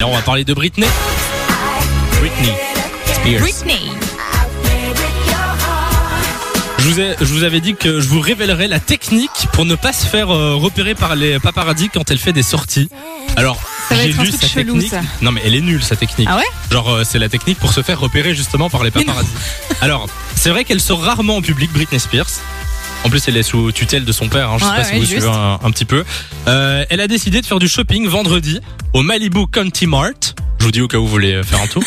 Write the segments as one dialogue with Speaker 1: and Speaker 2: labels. Speaker 1: Et on va parler de Britney. Britney Spears.
Speaker 2: Britney.
Speaker 1: Je vous, ai- je vous avais dit que je vous révélerais la technique pour ne pas se faire euh, repérer par les paparazzis quand elle fait des sorties. Alors,
Speaker 2: Ça va
Speaker 1: j'ai
Speaker 2: être un
Speaker 1: lu
Speaker 2: truc
Speaker 1: sa
Speaker 2: chelou,
Speaker 1: technique.
Speaker 2: ça.
Speaker 1: Non mais elle est nulle sa technique.
Speaker 2: Ah ouais
Speaker 1: Genre euh, c'est la technique pour se faire repérer justement par les
Speaker 2: Mais non.
Speaker 1: paparazzis. Alors, c'est vrai qu'elle sort rarement en public Britney Spears. En plus, elle est sous tutelle de son père. hein, je sais
Speaker 2: Ouais,
Speaker 1: pas si
Speaker 2: ouais,
Speaker 1: vous
Speaker 2: juste.
Speaker 1: suivez un, un petit peu. Euh, elle a décidé de faire du shopping vendredi au Malibu County Mart. Je vous dis au cas où vous voulez faire un tour.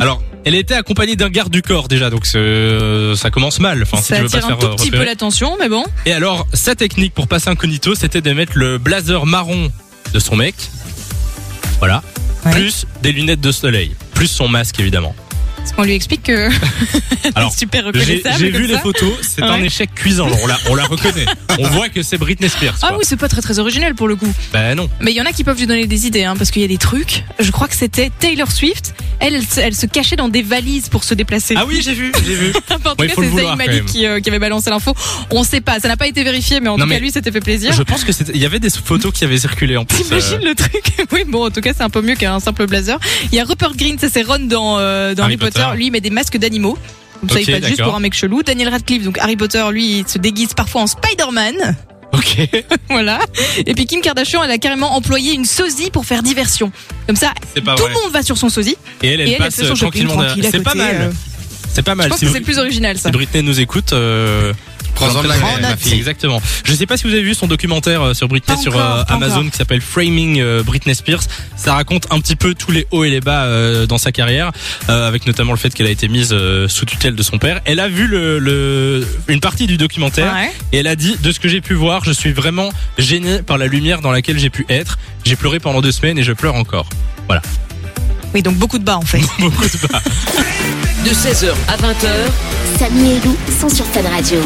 Speaker 1: Alors, elle était accompagnée d'un garde du corps déjà, donc c'est- ça commence mal. Enfin, si
Speaker 2: Ça
Speaker 1: tu veux pas
Speaker 2: attire
Speaker 1: te
Speaker 2: un
Speaker 1: faire
Speaker 2: tout
Speaker 1: euh,
Speaker 2: petit peu
Speaker 1: repérer.
Speaker 2: l'attention, mais bon.
Speaker 1: Et alors, sa technique pour passer incognito, c'était de mettre le blazer marron de son mec. Voilà.
Speaker 2: Ouais.
Speaker 1: Plus des lunettes de soleil. Plus son masque, évidemment.
Speaker 2: Parce qu'on lui explique que.
Speaker 1: Alors,
Speaker 2: c'est super
Speaker 1: J'ai
Speaker 2: reconnaissable.
Speaker 1: j'ai
Speaker 2: comme
Speaker 1: vu
Speaker 2: ça.
Speaker 1: les photos, c'est un
Speaker 2: Ouais.
Speaker 1: échec cuisant. On la, on la reconnaît. on voit que c'est Britney Spears.
Speaker 2: Ah
Speaker 1: quoi.
Speaker 2: oui, c'est pas très très original pour le coup.
Speaker 1: Ben non.
Speaker 2: Mais il y en a qui peuvent lui donner des idées, hein, parce qu'il y a des trucs. Je crois que c'était Taylor Swift. Elle, elle, se- elle se cachait dans des valises pour se déplacer.
Speaker 1: Ah oui, j'ai vu, j'ai vu.
Speaker 2: en tout
Speaker 1: Ouais,
Speaker 2: cas,
Speaker 1: faut le
Speaker 2: c'est
Speaker 1: vouloir,
Speaker 2: Zayn
Speaker 1: quand
Speaker 2: Malik
Speaker 1: même.
Speaker 2: qui, euh, qui avait balancé l'info. On sait pas, ça n'a pas été vérifié, mais en
Speaker 1: Non,
Speaker 2: tout
Speaker 1: mais-
Speaker 2: cas, lui, c'était fait plaisir.
Speaker 1: Je pense que c'était- il y avait des photos qui avaient circulé en plus.
Speaker 2: T'imagines le truc Oui, bon, en tout cas, c'est un peu mieux qu'un simple blazer. Il y a Rupert Green, ça c'est Ron dans, euh, dans
Speaker 1: Harry
Speaker 2: Harry, Potter.
Speaker 1: Potter.
Speaker 2: Lui, il met des masques d'animaux. Comme ça,
Speaker 1: Ok,
Speaker 2: il passe juste
Speaker 1: d'accord.
Speaker 2: pour un mec chelou. Daniel Radcliffe, donc Harry Potter, lui, il se déguise parfois en Spider-Man.
Speaker 1: euh, Ok.
Speaker 2: voilà. Et puis Kim Kardashian, elle a carrément employé une sosie pour faire diversion. Comme ça,
Speaker 1: C'est pas
Speaker 2: tout
Speaker 1: vrai.
Speaker 2: le monde va sur son sosie.
Speaker 1: Et elle, elle
Speaker 2: et elle, elle
Speaker 1: passe euh,
Speaker 2: fait son shopping
Speaker 1: tranquillement
Speaker 2: tranquille à
Speaker 1: derrière. C'est pas
Speaker 2: côté, euh,
Speaker 1: mal. C'est pas
Speaker 2: Je
Speaker 1: mal.
Speaker 2: pense
Speaker 1: Si
Speaker 2: que
Speaker 1: vous-
Speaker 2: c'est le plus original, ça.
Speaker 1: si Britney nous écoute. euh,
Speaker 3: Prends-en
Speaker 1: j'en
Speaker 3: de la
Speaker 1: prie,
Speaker 3: graine,
Speaker 1: ma
Speaker 3: ma
Speaker 1: fille.
Speaker 3: fille.
Speaker 1: Exactement. Je sais pas si vous avez vu son documentaire euh, sur Britney
Speaker 2: Pas
Speaker 1: sur
Speaker 2: encore,
Speaker 1: euh,
Speaker 2: pas
Speaker 1: Amazon
Speaker 2: encore.
Speaker 1: qui s'appelle Framing euh, Britney Spears. Ça raconte un petit peu tous les hauts et les bas euh, dans sa carrière, euh, avec notamment le fait qu'elle a été mise euh, sous tutelle de son père. Elle a vu le, le- une partie du documentaire
Speaker 2: Ouais.
Speaker 1: et elle a dit de ce que j'ai pu voir, je suis vraiment gênée par la lumière dans laquelle j'ai pu être. J'ai pleuré pendant deux semaines et je pleure encore.
Speaker 2: Oui, donc beaucoup de bas, en fait.
Speaker 1: Beaucoup de bas.
Speaker 4: de 16h à 20h.
Speaker 5: Samy et Lou sont sur Fan Radio.